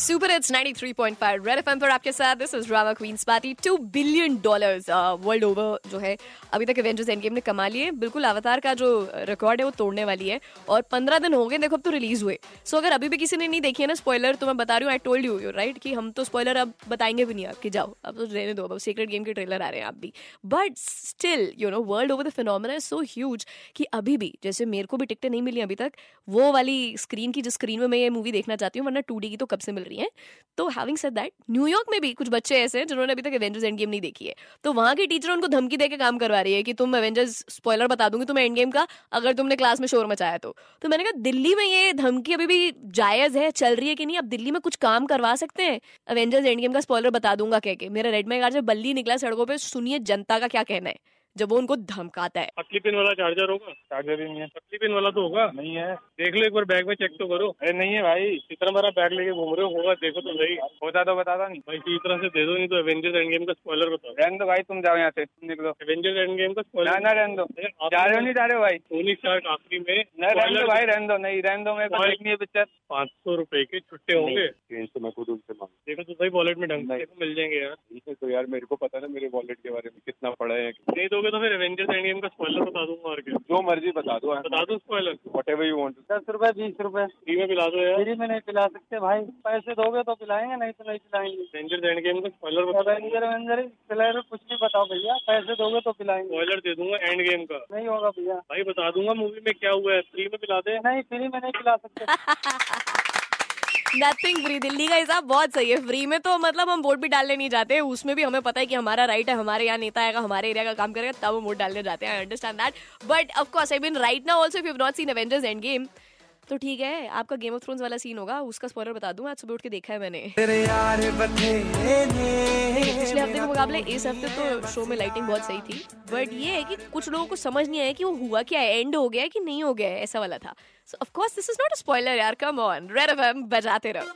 Super it's 93.5 Red FM पर आपके साथ this is drama queens party two billion dollars world over uh, जो है अभी तक एवेंजर्स एंड गेम ने कमा लिए बिल्कुल अवतार का जो रिकॉर्ड है वो तोड़ने वाली है और पंद्रह दिन हो गए देखो अब तो रिलीज हुए सो अगर अभी भी किसी ने नहीं देखी है ना स्पॉयलर तो मैं बता रही हूँ I told you you right कि हम तो स्पॉयलर अब बताएंगे भी नहीं आप कि जाओ अब तो रहने दो अब सीक्रेट गेम के ट्रेलर आ रहे हैं आप भी but still you know world over the phenomena is so huge कि अभी भी जैसे मेरे को भी टिकटें नहीं मिली अभी तक वो वाली स्क्रीन की जिस स्क्रीन में मैं ये मूवी देखना चाहती हूँ वरना टू की तो कब से मिल रही हैं तो हैविंग सेड दैट न्यूयॉर्क में भी कुछ बच्चे ऐसे हैं जिन्होंने अभी तक एवेंजर्स एंड गेम नहीं देखी है तो वहाँ के टीचर उनको धमकी देके काम करवा रही है कि तुम एवेंजर्स स्पॉयलर बता दूंगी तुम्हें एंड गेम का अगर तुमने क्लास में शोर मचाया तो तो मैंने कहा दिल्ली में ये धमकी अभी भी जायज है चल रही है कि नहीं अब दिल्ली में कुछ काम करवा सकते हैं एवेंजर्स एंड गेम का स्पॉयलर बता दूंगा कह के मेरा रेड में जब बल्ली निकला सड़कों पर सुनिए जनता का क्या कहना है जब वो उनको धमकाता है पतली पिन वाला चार्जर होगा चार्जर ही नहीं है पतली पिन वाला तो होगा नहीं है देख लो एक बार बैग में चेक तो करो अरे नहीं है भाई इतना बड़ा बैग लेके घूम रहे हो होगा देखो तो सही होता तो बताता नहीं भाई इसी तरह से दे दो नहीं तो एवेंजर्स एंड गेम का स्पॉइलर बताओ रहने दो भाई तुम जाओ यहाँ से तुम निकलो एवेंजर्स एंड गेम का ना स्पॉइलर ना रहने दो जा रहे हो नहीं जा रहे हो भाई सोनी स्टार्क आखिरी में नहीं रहने दो भाई रहने दो नहीं रहने दो मेरे को Spoiler- देखनी है पिक्चर पाँच सौ रूपए के छुट्टे होंगे चेंज तो मैं खुद उनसे मांगू देखो तो सही वॉलेट में ढंग से नहीं। देखो मिल जाएंगे यार ठीक है तो यार मेरे को पता ना मेरे वॉलेट के बारे में कितना पड़ा है नहीं दोगे तो फिर एवेंजर्स एंड गेम का स्पॉइलर बता दूंगा और क्या जो मर्जी बता दो बता दूं spoiler whatever you want to दस रुपए बीस रुपए फ्री में पिला दो यार फ्री में नहीं पिला सकते भाई पैसे दोगे तो पिलाएंगे नहीं तो नहीं पिलाएंगे एवेंजर्स एंड गेम का स्पॉइलर बता दूंगा एवेंजर एवेंजर पिलाए कुछ भी बताओ भैया पैसे दोगे तो पिलाएंगे स्पॉइलर दे दूंगा एंड गेम का नहीं होगा भैया भाई बता दूंगा मूवी में क्या हुआ है फ्री में पिला दे नहीं फ्री में नहीं पिला सकते नथिंग फ्री दिल्ली का हिसाब बहुत सही है फ्री में तो मतलब हम वोट भी डालने नहीं जाते उसमें भी हमें पता है कि हमारा राइट है हमारे यहाँ नेता आएगा हमारे एरिया का काम करेगा तब हम वोट डालने जाते हैं I understand that but of course I mean right now also if you not seen Avengers Endgame तो ठीक है आपका गेम ऑफ थ्रोन्स वाला सीन होगा उसका स्पॉइलर बता दूं आज सुबह उठ के देखा है मैंने पिछले हफ्ते के मुकाबले इस हफ्ते तो शो में लाइटिंग बहुत सही थी बट ये है कि कुछ लोगों को समझ नहीं आया कि वो हुआ क्या है एंड हो गया है कि नहीं हो गया है ऐसा वाला था so of course this is not a spoiler यार कम ऑन रेड एफएम बजाते रहो